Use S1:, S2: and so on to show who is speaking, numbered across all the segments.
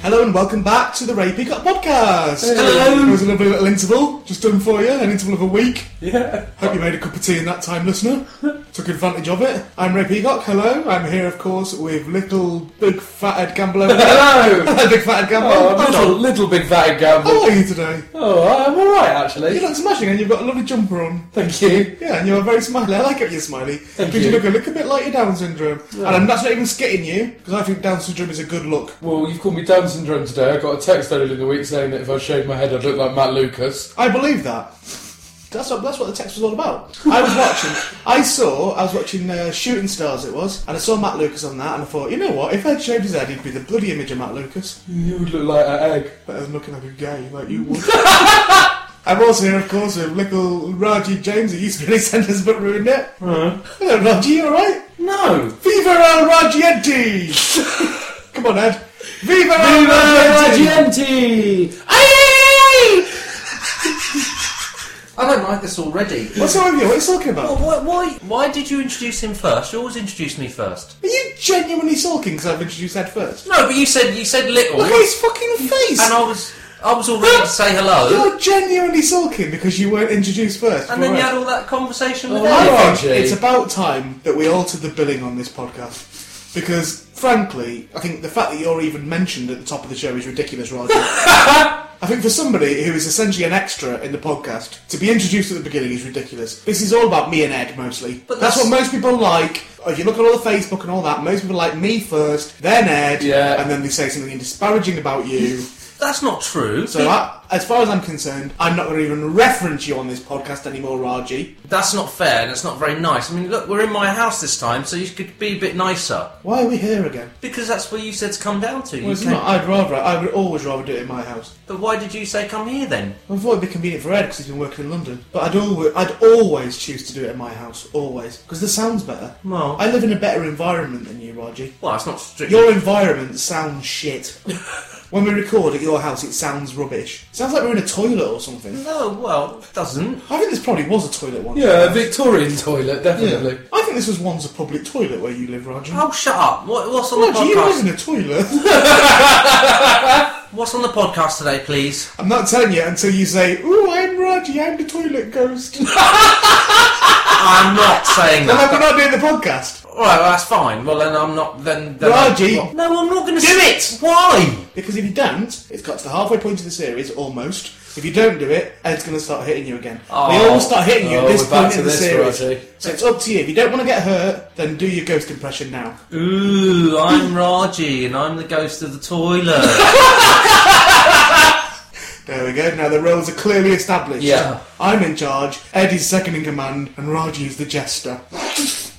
S1: Hello and welcome back to the Ray Peacock Podcast.
S2: Hello.
S1: It was a lovely little interval just done for you, an interval of a week.
S2: Yeah.
S1: Hope you made a cup of tea in that time, listener. Took advantage of it. I'm Ray Peacock. Hello. I'm here, of course, with little big fatted Gamble over there.
S2: Hello.
S1: Hello, big fatted Gamble.
S2: Oh,
S1: How
S2: I'm not a little big fat gamble.
S1: how are you today?
S2: Oh, I'm all right
S1: You
S2: actually.
S1: look smashing, and you've got a lovely jumper on.
S2: Thank you.
S1: Yeah, and you're very smiley. I like it. You're smiley. Thank you.
S2: you.
S1: look a look a bit like your Down syndrome, and I'm that's not even skitting you because I think Down syndrome is a good look.
S2: Well, you've called me Down syndrome today. I got a text earlier in the week saying that if I shaved my head, I'd look like Matt Lucas.
S1: I believe that. That's what, that's what the text was all about. I was watching. I saw. I was watching uh, Shooting Stars. It was, and I saw Matt Lucas on that, and I thought, you know what? If I'd shaved his head, he'd be the bloody image of Matt Lucas.
S2: You would look like an egg.
S1: Better than looking like a gay, like you would. I'm also here, of course, with little Raji James, who used to be in sentence but ruined it. Hello, Raji. You all right?
S2: No.
S1: Viva El Rajienti! Come on, Ed. Viva El Rajienti!
S2: Agenti. I
S3: I don't like this already.
S1: What's wrong with you? What are you talking about?
S3: Well, why, why, why did you introduce him first? You always introduce me first.
S1: Are you genuinely sulking because I've introduced Ed first?
S3: No, but you said you said little,
S1: Look
S3: and
S1: at his fucking face!
S3: I was I was all ready to say hello,
S1: You're genuinely sulking because you weren't introduced first.
S3: and then you
S1: Right.
S3: had all that conversation with
S2: Oh,
S3: him.
S1: I
S2: Raji.
S1: think it's about time that we altered the billing on this podcast because, frankly, I think the fact that you're even mentioned at the top of the show is ridiculous, Roger. I think for somebody who is essentially an extra in the podcast to be introduced at the beginning is ridiculous. This is all about me and Ed mostly.
S3: But
S1: that's,
S3: that's-
S1: what most people like. If you look at all the Facebook and all that, most people like me first, then Ed,
S2: Yeah.
S1: and then they say something disparaging about you.
S3: That's not true.
S1: So, I, as far as I'm concerned, I'm not going to even reference you on this podcast anymore, Raji.
S3: That's not fair, and it's not very nice. I mean, look, we're in my house this time, so you could be a bit nicer
S1: Why are we here again?
S3: because that's where you said to come down to.
S1: Well,
S3: you
S1: it's
S3: came-
S1: not. I'd rather. I would always rather do it in my house.
S3: But why did you say come here then?
S1: I thought it'd be convenient for Ed because he's been working in London. But I'd always, I'd always choose to do it in my house, always, because the sound's better.
S3: Well-
S1: I live in a better environment than you, Raji.
S3: Well, it's not strictly.
S1: Your environment sounds shit. when we record at your house, it sounds rubbish. sounds like we're in a toilet or something.
S3: No, well, it doesn't.
S1: I think this probably was a toilet once.
S2: Yeah, a Victorian toilet, definitely.
S1: I think this was once a public toilet where you live, Raji.
S3: Oh, shut up! What, what's on the
S1: Raji, you live
S3: podcast?
S1: in a toilet.
S3: What's on the podcast today, please?
S1: I'm not telling you until you say, "Ooh, I'm Raji, I'm the toilet ghost." no,
S3: I'm not saying that.
S1: we're not doing the podcast
S3: All right, well, that's fine. Well, then I'm not. Then, then
S1: Raji!
S3: I- well, no, I'm not going to
S1: Do
S3: it. Why?
S1: because if you don't, it's got to the halfway point of the series almost. If you don't do it, Ed's going to start hitting you again. They
S3: Oh.
S1: all start hitting you
S2: Oh,
S1: at this
S2: we're back
S1: point
S2: to
S1: in the
S2: this,
S1: series.
S2: Raji.
S1: So it's up to you. If you don't want to get hurt, then do your ghost impression now.
S3: Ooh, I'm Raji, and I'm the ghost of the toilet.
S1: There we go. Now the roles are clearly established.
S2: Yeah.
S1: I'm in charge. Ed is second in command, and Raji is the jester.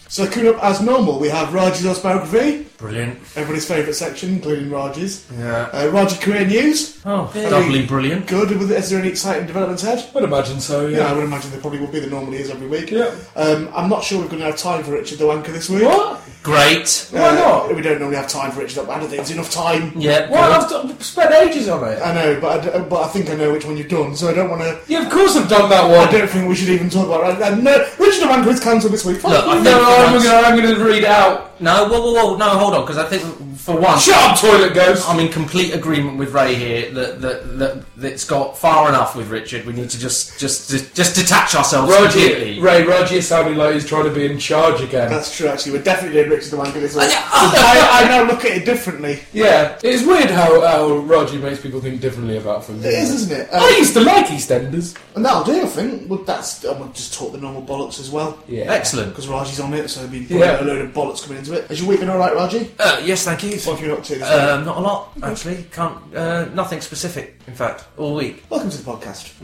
S1: so coming up as normal, we have Raji's autobiography,
S3: brilliant.
S1: everybody's favourite section, including Raji's.
S3: Yeah.
S1: Uh, Raji career news.
S3: Oh, doubly brilliant.
S1: Good. with- Is there any exciting developments ahead?
S2: I'd imagine so,
S1: Yeah, I
S2: yeah.
S1: would imagine there probably will be. There normally is every week.
S2: Yeah.
S1: Um, I'm not sure we're going to have time for Richard the Wanker this week.
S2: What?
S3: Great.
S1: Uh,
S2: Why not?
S1: We don't normally have time for Richard the Wanker. There's enough time.
S3: Yeah.
S2: Why?
S3: Good.
S2: I've d- spent ages on it.
S1: I know, but I, d- but I think I know which one you've done, so I don't want to.
S2: Yeah, of course I've done that
S1: I
S2: one.
S1: don't think we should even talk about it. I, I, no, Richard the Wanker is cancelled this week. Fuck
S3: Look, I
S1: you.
S3: think-
S2: No, I'm gonna, I'm gonna read out.
S3: No, whoa, whoa, whoa. No, hold on, because I think for once
S2: Shut up, toilet ghost.
S3: I'm in complete agreement with Ray here that that that that's got far enough with Richard. We need to just just just, just detach ourselves
S2: Roger,
S3: completely.
S2: Ray, Roger is sounding like he's trying to be in charge again.
S1: That's true. Actually, we're definitely doing Richard the Wanker this week.
S3: yeah. Oh.
S1: I, I now look at it differently.
S2: yeah, it's weird how, how Roger makes people think differently about things.
S1: It is,
S2: isn't
S1: isn't it?
S2: it?
S1: Um,
S2: I used to like EastEnders.
S1: and that'll do. I think. Well, that's. I'm gonna just talk the normal bollocks as well.
S2: Yeah.
S3: Excellent.
S1: Because Raji's on it, so there'll be
S2: Yeah.
S1: a load of bollocks coming into it. Has your week been alright, Raji?
S3: Uh, yes, thank you.
S1: What have you been up to this
S2: Uh,
S1: week?
S3: Um, not a lot, actually. Can't. Uh, nothing specific, in fact, all week.
S1: Welcome to the podcast.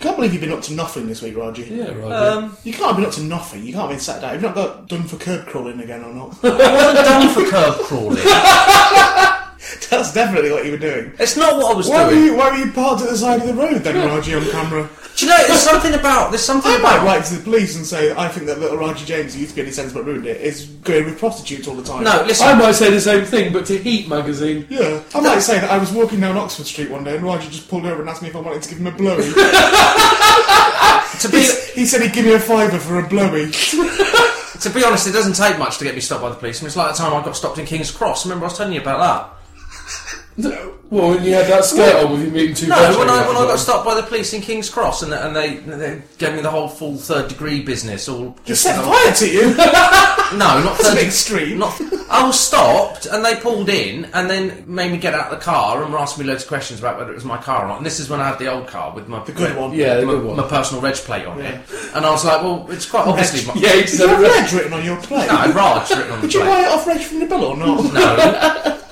S1: Can't believe you've been up to nothing this week, Raji.
S2: Yeah, Roger.
S3: Um,
S1: You can't have been up to nothing. You can't have been sat down. You've not got done for curb crawling again or not.
S3: I wasn't done for curb crawling.
S1: That's definitely what you were doing.
S3: It's not what I was
S1: Why were
S3: doing.
S1: you Why were you parked at the side of the road then, Raji, on camera?
S3: Do you know? There's something about. There's something
S1: I might
S3: about.
S1: write to the police and say I think that little Raji James, who used to be in his sense but ruined it, is going with prostitutes all the time.
S3: No, listen.
S2: I might say the same thing, but to Heat magazine.
S1: Yeah, I might say that I was walking down Oxford Street one day and Roger just pulled over and asked me if I wanted to give him a blowy.
S3: to be
S1: He, he said he'd give me a fiver for a blowy.
S3: to be honest, it doesn't take much to get me stopped by the police. I mean, it's like the time I got stopped in King's Cross. Remember, I was telling you about that.
S2: Well, when you had that skirt on with you meeting two
S3: No,
S2: veggies
S3: when I,
S2: at
S3: when
S2: the
S3: I got
S2: time.
S3: stopped by the police in King's Cross and, and they, they gave me the whole full third degree business, all
S1: Just set fire to you.
S3: no, not
S1: That's a bit
S3: third degree.
S1: extreme.
S3: Not, I was stopped and they pulled in and then made me get out of the car and were asking me loads of questions about whether it was my car or not. And this is when I had the old car with my
S1: the good one.
S2: Yeah, the
S3: my,
S2: good one.
S3: my personal reg plate on it.
S1: Yeah.
S3: And I was like, well, it's quite obviously my,
S2: yeah, he
S1: Did
S2: just
S1: you
S2: had
S1: have
S2: a red.
S1: Reg written on your plate?
S3: no Raj written on the
S1: Would you
S3: plate.
S1: buy it off Reg from the bill or not?
S3: No.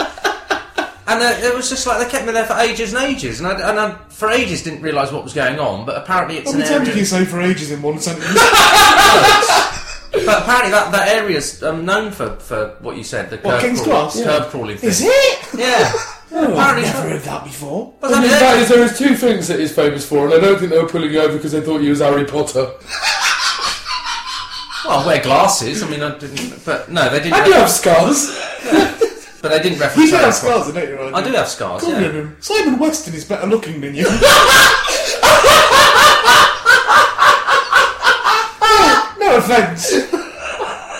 S3: And uh, it was just like they kept me there for ages and ages, and I, and I for ages didn't realise what was going on. But apparently it's
S1: How many
S3: an
S1: times
S3: area.
S1: did you say for ages in one sentence?
S3: But apparently that, that area's um, known for, for what you said, the curb
S1: What, King's
S3: crawl-
S1: Cross?
S3: curb crawling thing.
S1: Is it? Oh,
S3: Yeah. apparently
S1: Never heard that before.
S3: Well,
S2: And
S3: that-
S2: in fact, is there is two things that he's famous for, and I don't think they were pulling you over because they thought you was Harry Potter.
S3: well, I wear glasses. I mean, I didn't. But no, they didn't.
S2: I do have scars.
S3: but they didn't
S1: You
S3: reference.
S1: do
S3: that.
S1: have scars, don't you? Ryan?
S3: I do have scars.
S1: Look at
S3: Yeah.
S1: him. Simon Weston is better looking than you. no offence. Do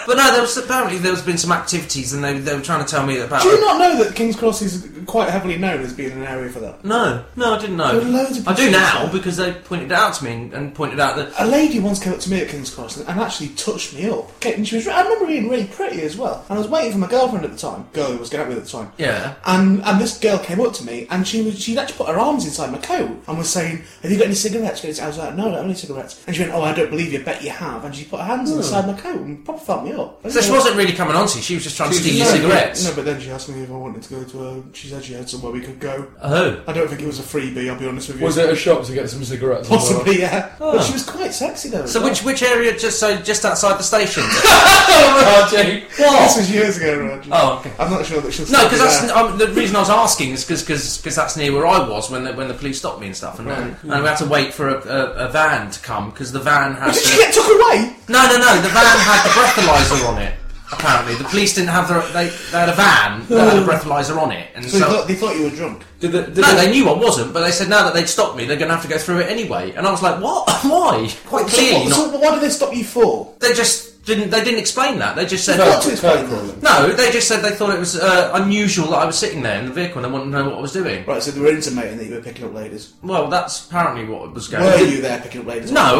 S3: But no, there was apparently there's been some activities, and they they were trying to tell me about.
S1: you not know that King's Cross is quite heavily known as being an area for that?
S3: no, no, I didn't
S1: There were
S3: know.
S1: loads of
S3: I do
S1: pictures
S3: now
S1: there.
S3: because they pointed it out to me and, and pointed out that
S1: A lady once came up to me at King's Cross and, and actually touched me up. Okay, And she was, I remember being really pretty as well. And I was waiting for my girlfriend at the time, girl who was getting out with at the time.
S3: yeah.
S1: And and this girl came up to me and she was, she'd actually put her arms inside my coat and was saying, Have you got any cigarettes? I was like, No, I don't have any cigarettes. And she went, Oh, I don't believe you, bet you have. And she put her hands inside my coat and proper felt me up.
S3: Hmm. So she wasn't really coming on to you. She was just trying to
S2: She
S3: steal your
S2: was-
S1: No,
S3: cigarettes.
S1: No, but then she asked me if I wanted to go to a. She said she had somewhere we could go.
S3: Oh.
S1: I don't think it was a freebie, I'll be honest with you.
S2: Was it a shop to get some cigarettes? as well?
S1: Possibly, yeah. But she was quite sexy though. as
S3: So
S1: well.
S3: which which area? Just so just outside the station.
S2: RJ.
S1: This was years ago, Roger.
S3: Oh, okay.
S1: I'm not sure that she'll.
S3: No,
S1: still be
S3: because that's
S1: there.
S3: um, the reason I was asking is because that's near where I was when the, when the police stopped me and stuff, and, and, and we had to wait for a, a, a van to come because the van had
S1: Did she
S3: the,
S1: get took away?
S3: no no no the van had the breathalyzer on it. Apparently, the police didn't have their they, they had a van that had a breathalyzer on it, and
S1: So,
S3: so.
S1: they, thought, they thought you were drunk.
S2: Did the, did
S3: no,
S2: the-
S3: they knew I wasn't, but they said now that they'd stopped me, they're going to have to go through it anyway. And I was like, "What? Why?" Quite
S1: So
S3: clearly,
S1: what-
S3: not.
S1: so why did they stop you for?
S3: They just didn't. They didn't explain that. They just said,
S2: Curb-
S1: Not to explain
S2: curb
S1: that.
S2: crawling.
S3: "No." They just said they thought it was uh, unusual that I was sitting there in the vehicle and they wanted to know what I was doing.
S1: Right, so they were intimating that you were picking up ladies.
S3: Well, that's apparently what was going.
S1: Were
S3: on.
S1: you there picking up ladies?
S3: Uh, No, I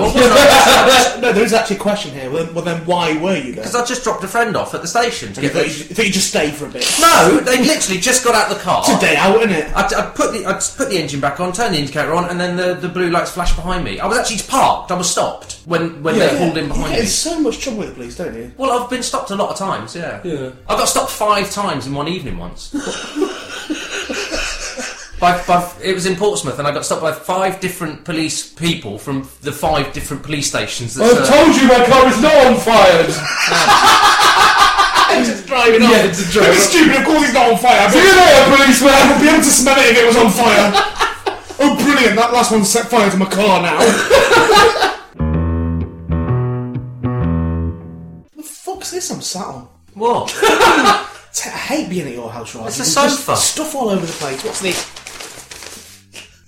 S3: wasn't.
S1: no. There is actually a question here. Well, then- well then why were you there?
S3: because I just dropped a friend off at the station to
S1: You
S3: get.
S1: thought you,
S3: The...
S1: you thought you just stay for a bit.
S3: No, they literally just got out of the car.
S1: It's a day out, isn't it?
S3: I, I put the I put the engine back on, turned the indicator on, and then the, the blue lights flashed behind me. I was actually parked. I was stopped when when they pulled in
S1: you
S3: behind
S1: get
S3: me.
S1: in so much trouble with the police, don't you?
S3: Well, I've been stopped a lot of times. Yeah.
S2: Yeah.
S3: I got stopped five times in one evening once. By, by, it was in Portsmouth, and I got stopped by five different police people from the five different police stations.
S1: Oh,
S3: That
S2: I've
S3: serve-
S2: told you my car is not on fire.
S1: I'm just driving
S2: Yeah, it's a joke.
S1: stupid. Of course, he's not on fire.
S2: See you later, policeman.
S1: I'd be able to smell it if it was on fire. oh, brilliant! That last one set fire to my car now. the fuck's this I'm sat on?
S3: What?
S1: T- I hate being at your house, Roger.
S3: It's a
S1: There's just
S3: sofa.
S1: Stuff all over the place. What's this?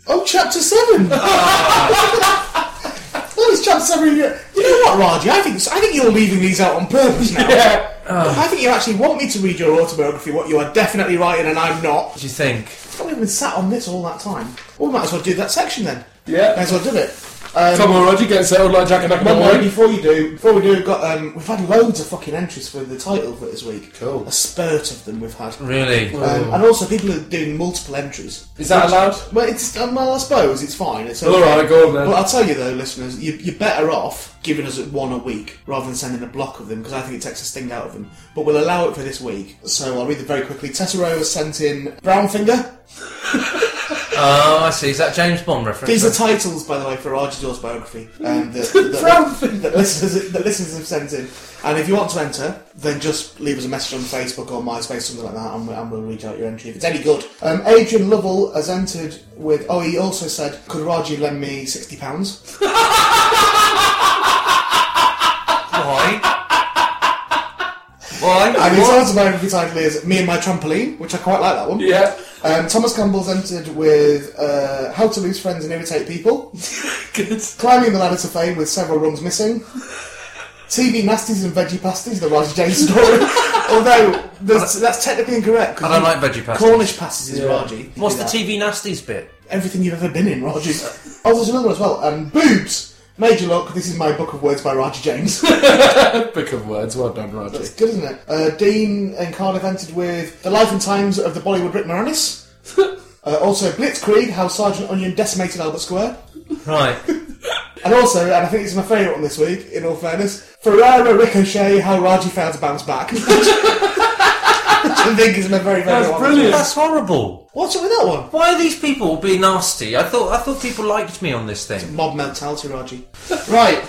S1: Oh, chapter seven. Oh, it's chapter seven. You you know what, Raji? I think I think you're leaving these out on purpose now.
S2: Yeah.
S1: I think you actually want me to read your autobiography, what you are definitely writing, and I'm not.
S3: do you think?
S1: I've not even sat on this all that time. Well, we might as well do that section then.
S2: Yeah.
S1: Might as well do it.
S2: Come on, Roger, get settled like Jack and
S1: But
S2: McElroy.
S1: before you do, before we do, we've got um, we've had loads of fucking entries for the title for this week.
S2: Cool.
S1: A spurt of them we've had.
S3: Really?
S1: Um, and also, people are doing multiple entries.
S2: Is that allowed?
S1: Well, it's um, well, I suppose it's fine. It's
S2: All right, go on then.
S1: But I'll tell you though, listeners, you, you're better off giving us one a week rather than sending a block of them because I think it takes the sting out of them. But we'll allow it for this week. So I'll read them very quickly. Tessero has sent in Brownfinger.
S3: Oh, I see. Is that James Bond reference?
S1: These are titles, by the way, for Roger's autobiography. Um, that, that,
S2: Brownfinger.
S1: that, listeners, that listeners have sent in. And if you want to enter, then just leave us a message on Facebook or MySpace, something like that, and, we, and we'll read out your entry if it's any good. Um, Adrian Lovell has entered with. Oh, he also said, "Could Raji lend me sixty pounds?"
S3: Why? Why?
S1: And his
S3: What?
S1: autobiography title is "Me and My Trampoline," which I quite like that one.
S2: Yeah.
S1: Um, Thomas Campbell's entered with uh, "How to Lose Friends and Irritate People."
S2: Good.
S1: Climbing the ladder to fame with several rungs missing. TV Nasties and Veggie Pasties, the Roger Jane story. Although, that's, that's technically incorrect. 'cause
S4: I don't
S1: you-
S4: like veggie pasties.
S1: Cornish pasties is
S2: Yeah.
S1: Raji.
S3: What's the TV nasties bit?
S1: Everything you've ever been in, Raji's. Oh, there's another one as well. Um, boobs! Major look, this is my book of words by Raji James.
S2: Pick of words, well done, Roger.
S1: That's good, isn't it? Uh, Dean and Cardiff entered with The Life and Times of the Bollywood Rick Moranis. Uh, also, Blitzkrieg, How Sergeant Onion Decimated Albert Square.
S3: Right.
S1: And also, and I think it's my favourite one this week, in all fairness, Ferrara Ricochet, How Raji Failed to Bounce Back. Which I think is my very, very
S2: That's
S1: one.
S2: brilliant.
S3: That's horrible.
S1: What's up with that one?
S3: Why are these people being nasty? I thought I thought people liked me on this thing.
S1: Mob mentality, Raji. right,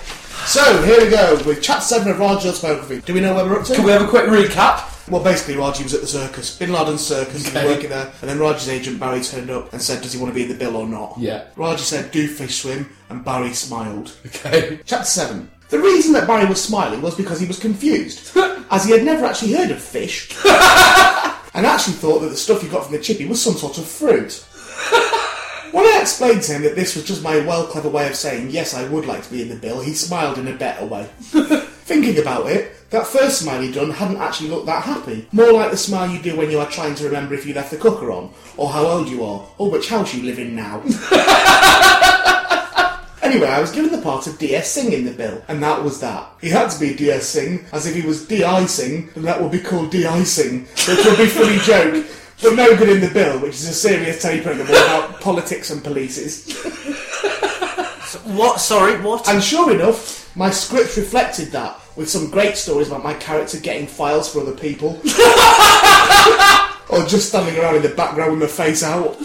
S1: so here we go with Chat 7 of Raji's biography. Do we know where we're up to?
S2: Can we have a quick recap?
S1: Well, basically, Raji was at the circus, Bin Laden's circus, he was working there, and then Raji's agent Barry turned up and said, Does he want to be in the bill or not?
S2: Yeah.
S1: Raji said, Do fish swim, and Barry smiled.
S2: Okay.
S1: Chapter 7. The reason that Barry was smiling was because he was confused, as he had never actually heard of fish, and actually thought that the stuff he got from the chippy was some sort of fruit. When I explained to him that this was just my well clever way of saying, yes, I would like to be in the bill, he smiled in a better way. Thinking about it, that first smile he'd done hadn't actually looked that happy. More like the smile you do when you are trying to remember if you left the cooker on, or how old you are, or which house you live in now. Anyway, I was given the part of DS Singh in the bill, and that was that. He had to be DS Singh, as if he was de-icing, then that would be called de-icing, which would be funny joke, but no good in the bill, which is a serious tape program about politics and polices.
S3: What? Sorry, what?
S1: And sure enough, my script reflected that, with some great stories about my character getting files for other people. or just standing around in the background with my face out.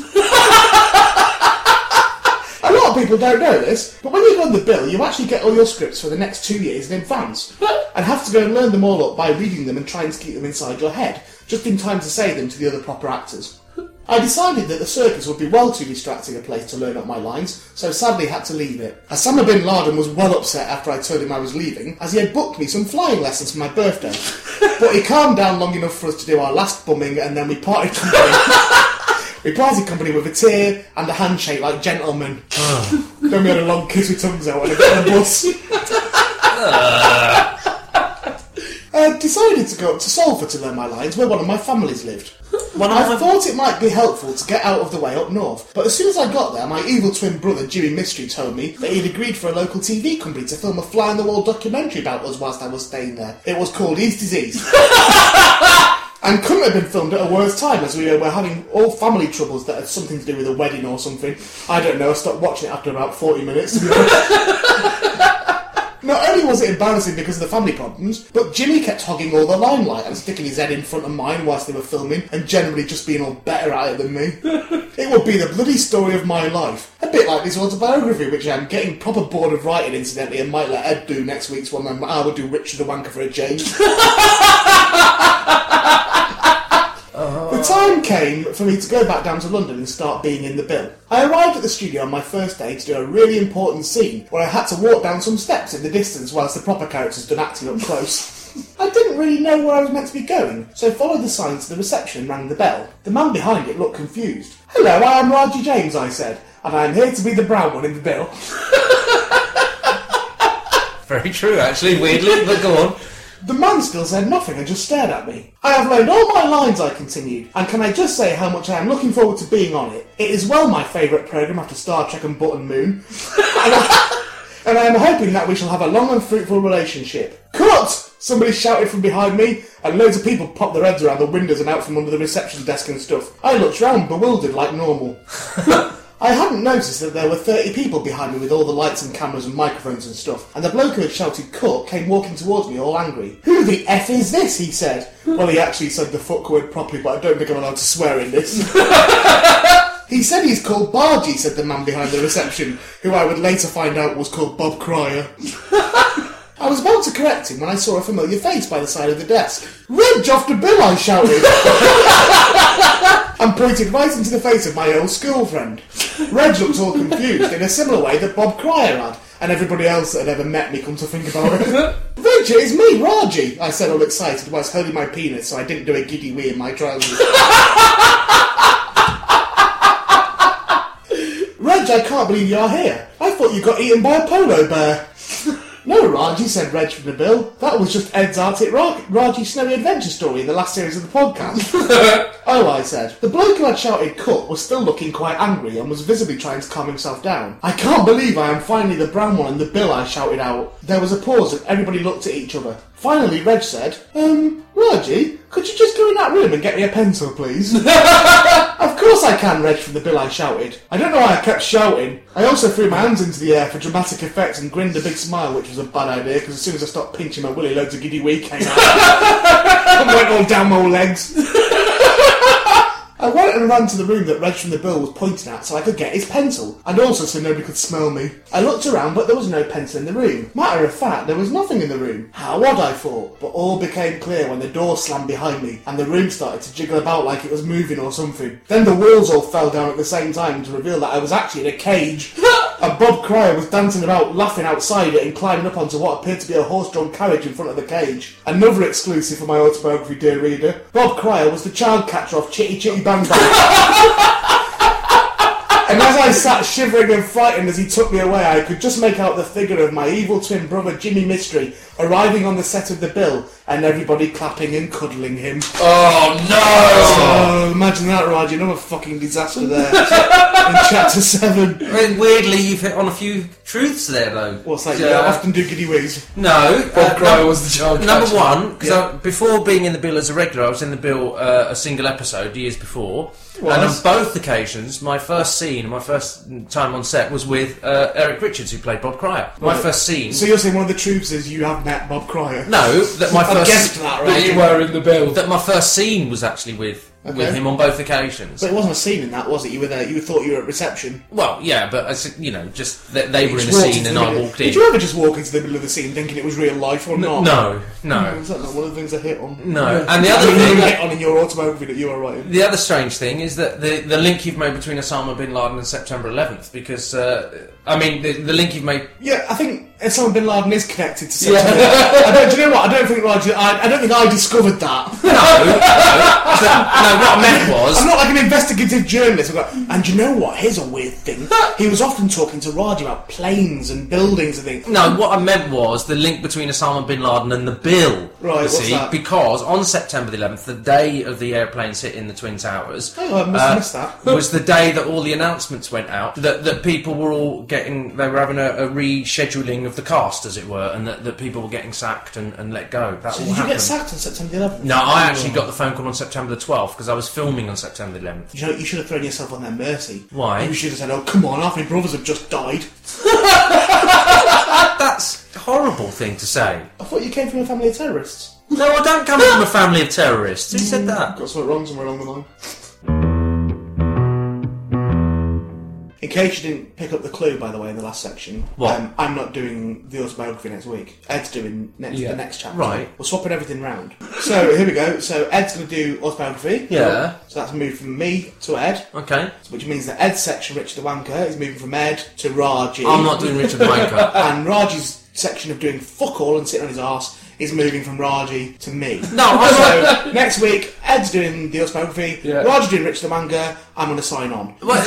S1: A lot of people don't know this, but when you run the bill, you actually get all your scripts for the next two years in advance, and have to go and learn them all up by reading them and trying to keep them inside your head, just in time to say them to the other proper actors. I decided that the circus would be well too distracting a place to learn up my lines, so sadly had to leave it. Osama bin Laden was well upset after I told him I was leaving, as he had booked me some flying lessons for my birthday. but he calmed down long enough for us to do our last bumming, and then we parted company. we parted company with a tear and a handshake like gentlemen.
S3: Ah.
S1: Then we had a long kiss with tongues out on a bit of a bus.
S3: Ah.
S1: uh, decided to go up to Salford to learn my lines, where one of my families lived.
S3: One
S1: I
S3: of my,
S1: thought it might be helpful to get out of the way up north, but as soon as I got there, my evil twin brother Jimmy Mystery told me that he'd agreed for a local TV company to film a fly on the wall documentary about us whilst I was staying there. It was called East Disease. And couldn't have been filmed at a worse time as we were having all family troubles that had something to do with a wedding or something. I don't know, I stopped watching it after about 40 minutes. to be honest. Not only was it embarrassing because of the family problems, but Jimmy kept hogging all the limelight and sticking his head in front of mine whilst they were filming and generally just being all better at it than me. it would be the bloody story of my life. A bit like this autobiography, which I'm getting proper bored of writing incidentally and might let Ed do next week's one and I will do Richard the Wanker for a change. The time came for me to go back down to London and start being in the bill. I arrived at the studio on my first day to do a really important scene where I had to walk down some steps in the distance whilst the proper characters done acting up close. I didn't really know where I was meant to be going, so followed the sign to the reception and rang the bell. The man behind it looked confused. Hello, I am Raji James, I said, and I am here to be the brown one in the bill.
S3: very true, actually. Weirdly, but go on.
S1: The man still said nothing and just stared at me. I have learned all my lines, I continued, and can I just say how much I am looking forward to being on it? It is well my favourite programme after Star Trek and Button Moon, and, I, and I am hoping that we shall have a long and fruitful relationship. Cut! Somebody shouted from behind me, and loads of people popped their heads around the windows and out from under the reception desk and stuff. I looked round, bewildered like normal. I hadn't noticed that there were 30 people behind me with all the lights and cameras and microphones and stuff, and the bloke who had shouted cut came walking towards me all angry. Who the F is this? he said. Well, he actually said the fuck word properly, but I don't think I'm allowed to swear in this. he said he's called Bargy, said the man behind the reception, who I would later find out was called Bob Cryer. I was about to correct him when I saw a familiar face by the side of the desk. Ridge off the bill, I shouted, and pointed right into the face of my old school friend. Reg looked all confused in a similar way that Bob Cryer had, and everybody else that had ever met me come to think about it. Reg, it's me, Raji, I said all excited whilst holding my penis so I didn't do a giddy wee in my trousers. Reg, I can't believe you are here. I thought you got eaten by a polo bear. No, Raji, said Reg from the Bill. That was just Ed's Arctic Rock, Raji's Snowy Adventure story in the last series of the podcast. oh, I said. The bloke who had shouted cut was still looking quite angry and was visibly trying to calm himself down. I can't believe I am finally the brown one in the bill, I shouted out. There was a pause and everybody looked at each other. Finally, Reg said, Um, Raji, could you just go in that room and get me a pencil, please? Of course I can, Reg from the bill I shouted. I don't know why I kept shouting. I also threw my hands into the air for dramatic effect and grinned a big smile, which was a bad idea because as soon as I stopped pinching my willy, loads of giddy wee came out and went all down my legs. I went and ran to the room that Reg from the bill was pointing at so I could get his pencil, and also so nobody could smell me. I looked around, but there was no pencil in the room. Matter of fact, there was nothing in the room. How odd, I thought. But all became clear when the door slammed behind me, and the room started to jiggle about like it was moving or something. Then the walls all fell down at the same time to reveal that I was actually in a cage. And Bob Cryer was dancing about, laughing outside it, and climbing up onto what appeared to be a horse-drawn carriage in front of the cage. Another exclusive for my autobiography, dear reader. Bob Cryer was the child catcher of Chitty Chitty Bang Bang. and as I sat shivering and frightened as he took me away, I could just make out the figure of my evil twin brother, Jimmy Mystery, arriving on the set of the bill, and everybody clapping and cuddling him.
S2: Oh no!
S1: Oh, imagine that, Raj. Another fucking disaster there. in chapter 7.
S3: I mean, weirdly, you've hit on a few truths there, though.
S1: What's that?
S3: Yeah.
S1: Yeah, I often do giddy wheeze.
S3: No.
S2: Bob
S3: uh,
S2: Cryer was the child
S3: Number
S2: catcher.
S3: one, because before being in the bill as a regular, I was in the bill uh, a single episode years before, and on both occasions, my first scene, my first time on set was with uh, Eric Richards, who played Bob Cryer. My
S1: Right.
S3: first scene.
S1: So you're saying one of the truths is you have met Bob Cryer?
S3: no, that my
S1: I
S3: first
S1: guessed that,
S2: That you
S1: right?
S2: were in the bill.
S3: that my first scene was actually with with
S1: Okay.
S3: him on both occasions.
S1: But it wasn't a scene in that, was it? You were there. You thought you were at reception.
S3: well, yeah, but I s- you know, just that they were in a
S1: Just walked
S3: scene
S1: into
S3: and
S1: the
S3: I
S1: middle-
S3: walked
S1: Did
S3: in.
S1: you ever just walk into the middle of the scene thinking it was real life or not?
S3: No, no,
S1: Is that not one of the things I hit on?
S3: no. And the other
S1: You
S3: thing.
S1: hit on in your autobiography that you are writing.
S3: The other strange thing is that the, the link you've made between Osama bin Laden and September 11th, because uh, I mean the, the link you've made.
S1: Yeah, I think Osama bin Laden is connected to September. I don't, do you know what? I don't think Roger. I, I don't think I discovered that.
S3: No, no, no, what I meant was
S1: I'm not like an investigative journalist. I've got, and you know what? Here's a weird thing. He was often talking to Roger about planes and buildings and things.
S3: No, what I meant was the link between Osama bin Laden and the bill.
S1: Right,
S3: you
S1: what's
S3: see,
S1: that?
S3: because on September the 11th, the day of the airplanes hitting the Twin Towers, uh,
S1: Oh, I must have missed that.
S3: was the day that all the announcements went out. That, that people were all getting, they were having a, a rescheduling of the cast, as it were, and that, that people were getting sacked and, and let go. That all
S1: Did you
S3: happened.
S1: get sacked on September 11th?
S3: no, I actually got the phone call on September the 12th because I was filming on September the 11th.
S1: You, know, you should have thrown yourself on their mercy.
S3: Why?
S1: You should have said, "Oh, come on, half my brothers have just died."
S3: That's a horrible thing to say.
S1: I thought you came from a family of terrorists.
S3: No, I don't come from a family of terrorists. Who said that?
S1: Got something wrong somewhere along the line. In case you didn't pick up the clue, by the way, in the last section, um,
S3: What?
S1: I'm not doing the autobiography next week. Ed's doing next,
S2: Yeah.
S1: the next chapter.
S3: Right.
S1: We're swapping everything round. So here we go. So Ed's going to do autobiography.
S3: Yeah.
S1: So that's moved from me to Ed,
S3: Okay.
S1: which means that Ed's section, Richard the Wanker, is moving from Ed to Raji.
S3: I'm not doing Richard Wanker.
S1: and Raji's section of doing fuck all and sitting on his arse is moving from Raji to me.
S3: No, I'm not.
S1: So next week, Ed's doing the autobiography,
S2: Yeah.
S1: Raji's doing Rich the Manga, I'm going to sign on. You're
S3: Well,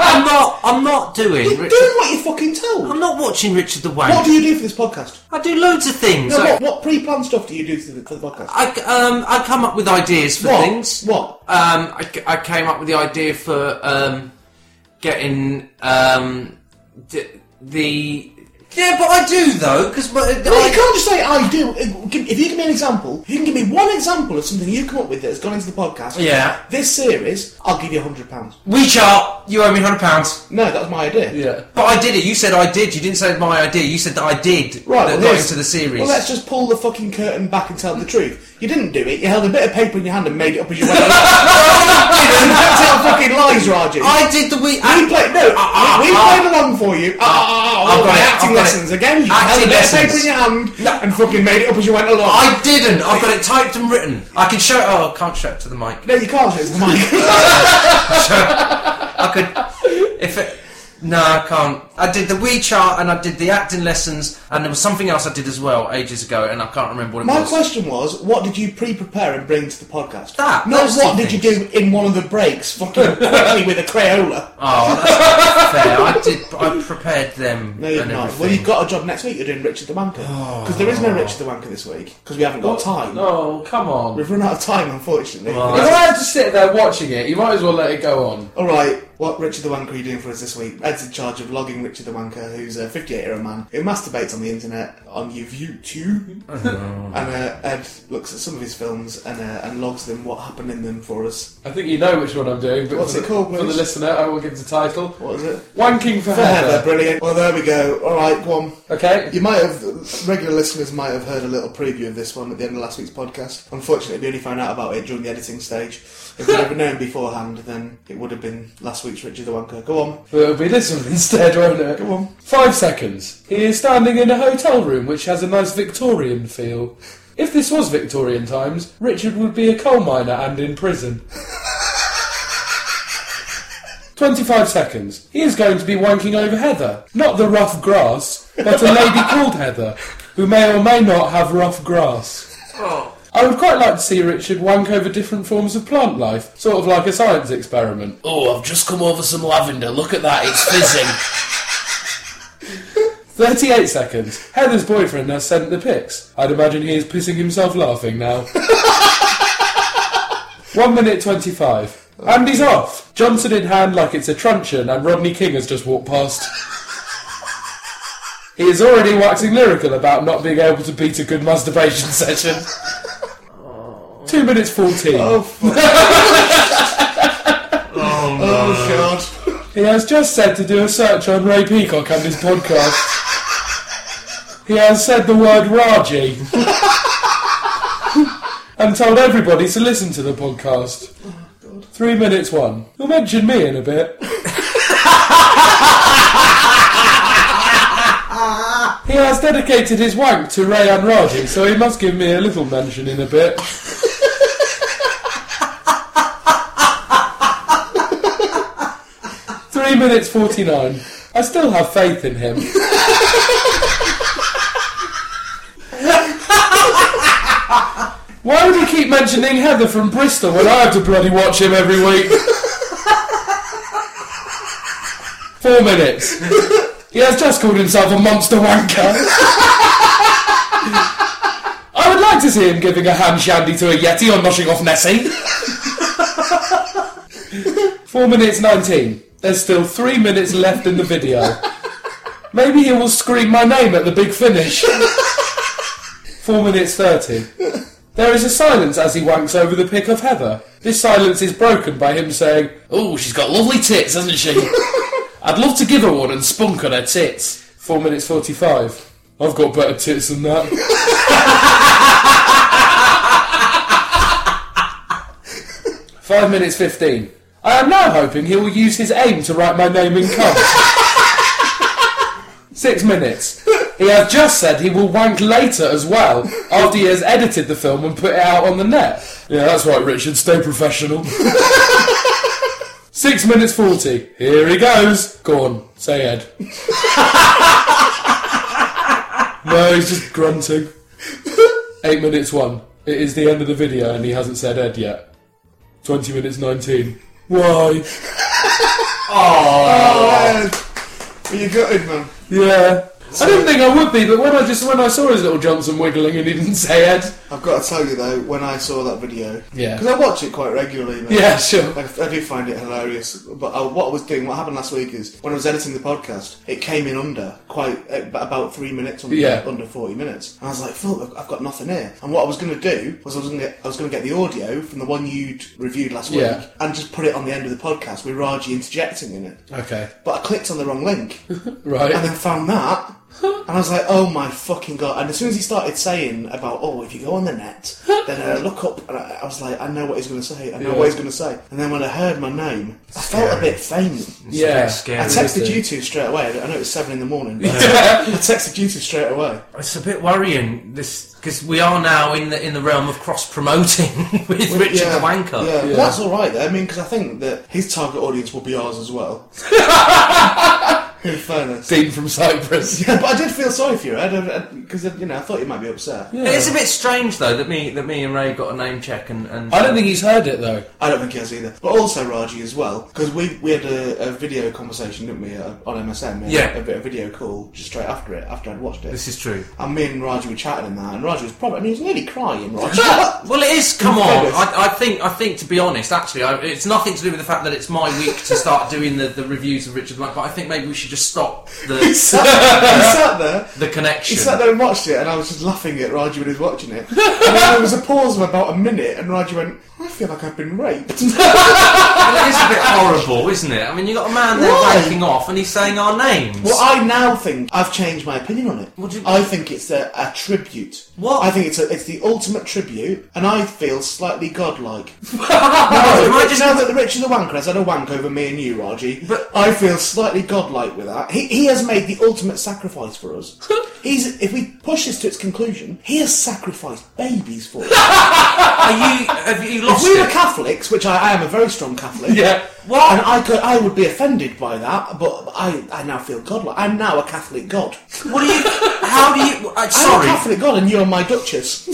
S3: I'm not. I'm not doing.
S1: doing
S3: Richard,
S1: what you're fucking
S3: I'm
S1: told.
S3: not watching Richard the
S1: What
S3: Wank.
S1: do you do for this podcast?
S3: I do loads of things.
S1: No,
S3: I,
S1: what, what pre-planned stuff do you do for the, for the podcast?
S3: I um I come up with ideas for
S1: What?
S3: things.
S1: What?
S3: Um, I, c- I came up with the idea for um getting um d- the yeah, but I do though because
S1: Well, you can't just say I do. If if you give me an example, you can give me one example of something you come up with that has gone into the podcast.
S3: Yeah.
S1: This series, I'll give you hundred pounds.
S3: we chart. You owe me hundred pounds.
S1: No, that was my idea.
S2: Yeah.
S3: But I did it. You said I did. You didn't say my idea. You said that I
S1: Right,
S3: did. That
S1: well,
S3: got
S1: here's-
S3: into the series.
S1: Well, let's just pull the fucking curtain back and tell the truth. You didn't do it. You held a bit of paper in your hand and made it up as you went. along. You don't tell fucking lies, Raji.
S3: I did the week.
S1: we played no.
S3: ah,
S1: we we
S3: ah.
S1: played along for you. Ah, ah, ah,
S3: I've
S1: all
S3: got
S1: the
S3: it,
S1: acting
S3: I've got
S1: lessons
S3: it.
S1: again. You
S3: Acting
S1: held a bit of paper
S3: lessons.
S1: in your hand and fucking made it up as you went along.
S3: I didn't. I've got it typed and written. I can show. Oh, I can't show it to the mic.
S1: no, you can't. It's the mic.
S3: I could. If it. No, I can't. I did the Wii chart and I did the acting lessons, and there was something else I did as well ages ago, and I can't remember what it
S1: My
S3: was.
S1: question was, what did you pre-prepare and bring to the podcast?
S3: That,
S1: Not
S3: those two
S1: what did you do in one of the breaks, fucking quickly with a Crayola.
S3: Oh, that's not fair. I did. I prepared them.
S1: No, you've
S3: and
S1: not.
S3: everything. Oh.
S1: Well, you've got a job next week. You're doing Richard the Wanker because there is no Richard the Wanker this week because we haven't got time.
S2: No, come on.
S1: We've run out of time, unfortunately.
S2: If I had to sit there watching it, you might as well let it go on.
S1: All right, what Richard the Wanker are you doing for us this week? Ed's in charge of logging Richard the Wanker, who's a 58-year-old man who masturbates on the internet on your YouTube, and uh, Ed looks at some of his films and uh, and logs them, what happened in them for us.
S2: I think you know which one I'm doing, but
S1: What's
S2: for,
S1: it
S2: the,
S1: called,
S2: for the
S1: Willis?
S2: listener, I will give the title
S1: What is it?
S2: Wanking for
S1: For Heather,
S2: Heather.
S1: brilliant. Well, there we go. All right, go on.
S2: Okay?
S1: You might have, regular listeners might have heard a little preview of this one at the end of last week's podcast. Unfortunately, we only found out about it during the editing stage. If we'd ever known beforehand, then it would have been last week's Richard the Wanker. Go on,
S2: But it'll be this one instead, won't it?
S1: go on.
S2: Five seconds. He is standing in a hotel room which has a nice Victorian feel. If this was Victorian times, Richard would be a coal miner and in prison. 25 seconds. He is going to be wanking over Heather. Not the rough grass, but a lady called Heather, who may or may not have rough grass. I would quite like to see Richard wank over different forms of plant life, sort of like a science experiment.
S5: Oh, I've just come over some lavender. Look at that, it's fizzing.
S2: 38 seconds. Heather's boyfriend has sent the pics. I'd imagine he is pissing himself laughing now. 1 minute 25. Andy's off. Johnson in hand like it's a truncheon and Rodney King has just walked past. He is already waxing lyrical about not being able to beat a good masturbation session. 2 minutes 14.
S1: Oh, fuck. oh, God.
S2: He has just said to do a search on Ray Peacock and his podcast. he has said the word Raji. and told everybody to listen to the podcast. Three minutes one. You'll mention me in a bit. he has dedicated his wank to Ray and Raji, so he must give me a little mention in a bit. Three minutes forty nine. I still have faith in him. Why would he keep mentioning Heather from Bristol when I have to bloody watch him every week? Four minutes. He has just called himself a monster wanker. I would like to see him giving a hand shandy to a Yeti or noshing off Nessie. Four minutes nineteen. There's still three minutes left in the video. Maybe he will scream my name at the big finish. Four minutes thirty. There is a silence as he wanks over the pick of Heather. This silence is broken by him saying,
S5: Oh, she's got lovely tits, hasn't she? I'd love to give her one and spunk on her tits.
S2: Four minutes forty-five. I've got better tits than that. Five minutes fifteen. I am now hoping he will use his aim to write my name in cum. Six minutes. He has just said he will wank later as well, after he has edited the film and put it out on the net. Yeah, that's right, Richard. Stay professional. Six minutes forty. Here he goes. Go on, say Ed. No, he's just grunting. Eight minutes one. It is the end of the video and he hasn't said Ed yet. Twenty minutes nineteen. Why?
S1: Are you gutted, man?
S2: Yeah. I didn't think I would be, but when I just when I saw his little Johnson wiggling and he didn't say Ed.
S1: I've got to tell you though, when I saw that video,
S2: Yeah.
S1: because I watch it quite regularly. Mate.
S2: Yeah, sure.
S1: Like, I do find it hilarious. But uh what I was doing, what happened last week is when I was editing the podcast, it came in under quite uh, about three minutes, under,
S2: Yeah.
S1: under forty minutes, and I was like, "Fuck, I've- I've got nothing here." And what I was going to do was I was going to I was going to get the audio from the one you'd reviewed last week
S2: Yeah.
S1: and just put it on the end of the podcast with Raji interjecting in it.
S2: Okay.
S1: But I clicked on the wrong link and
S2: Right.
S1: then found that. And I was like, oh my fucking god. And as soon as he started saying about, oh, if you go on the net, then uh, look up, and I, I was like, I know what he's going to say, I know what he's going to say. And then when I heard my name, I felt a bit faint.
S2: Yeah.
S1: I
S3: Scary.
S1: texted
S2: isn't it?
S1: you two straight away. I know it was seven in the morning. But I texted you two straight away.
S3: It's a bit worrying this because we are now in the in the realm of cross promoting with Richard
S1: yeah,
S3: the Wanker.
S1: Yeah. But that's all right. Though. I mean, because I think that his target audience will be ours as well. in fairness.
S2: Dean from Cyprus.
S1: Yeah, but I did feel sorry for you, Ed, uh, because you know I thought you might be upset.
S3: It's a bit strange though that me that me and Ray got a name check and, and
S2: I don't think he's heard it though.
S1: I don't think he has either. But also Raji as well, because we we had a, a video conversation, didn't we, uh, on MSN? We had
S3: Yeah.
S1: a bit of video call just straight after it, after I'd watched it.
S3: this is true.
S1: and me and Raji were chatting in that, and Raji was probably, and he was nearly crying. Raji,
S3: Well, it is. Come on,
S1: Fabulous.
S3: I, I think. I think to be honest, actually, I, it's nothing to do with the fact that it's my week to start doing the, the reviews of Richard Black. But I think maybe we should just stop
S1: he
S3: the
S1: sat, he sat there,
S3: the
S1: He
S3: connection.
S1: sat there and watched it, and I was just laughing at Raji when he was watching it. And then there was a pause of about a minute, and Raji went, "I feel like I've been raped."
S3: Well, it is a bit horrible, isn't it? I mean, you got a man there
S1: Why?
S3: breaking off, and he's saying our names.
S1: well, I now think I've changed my opinion on it.
S3: What do you-
S1: I think it's a, a tribute.
S3: What?
S1: I think it's a, it's the ultimate tribute, and I feel slightly godlike.
S3: Am I
S1: no,
S3: just-
S1: now that the rich and the wanker has had a wank over me and you, Raji,
S3: But-
S1: I feel slightly godlike with that. He, he has made the ultimate sacrifice for us. He's if we push this to its conclusion, he has sacrificed babies for us.
S3: Are you? Have you
S1: If
S3: lost
S1: we were
S3: it?
S1: Catholics, which I, I am a very strong Catholic,
S2: Yeah.
S1: well, and I could, I would be offended by that, but I, I now feel godlike. I'm now a Catholic god.
S3: What do you? How do you? I'm
S1: I'm a
S3: sorry.
S1: Catholic god, and you are my Duchess.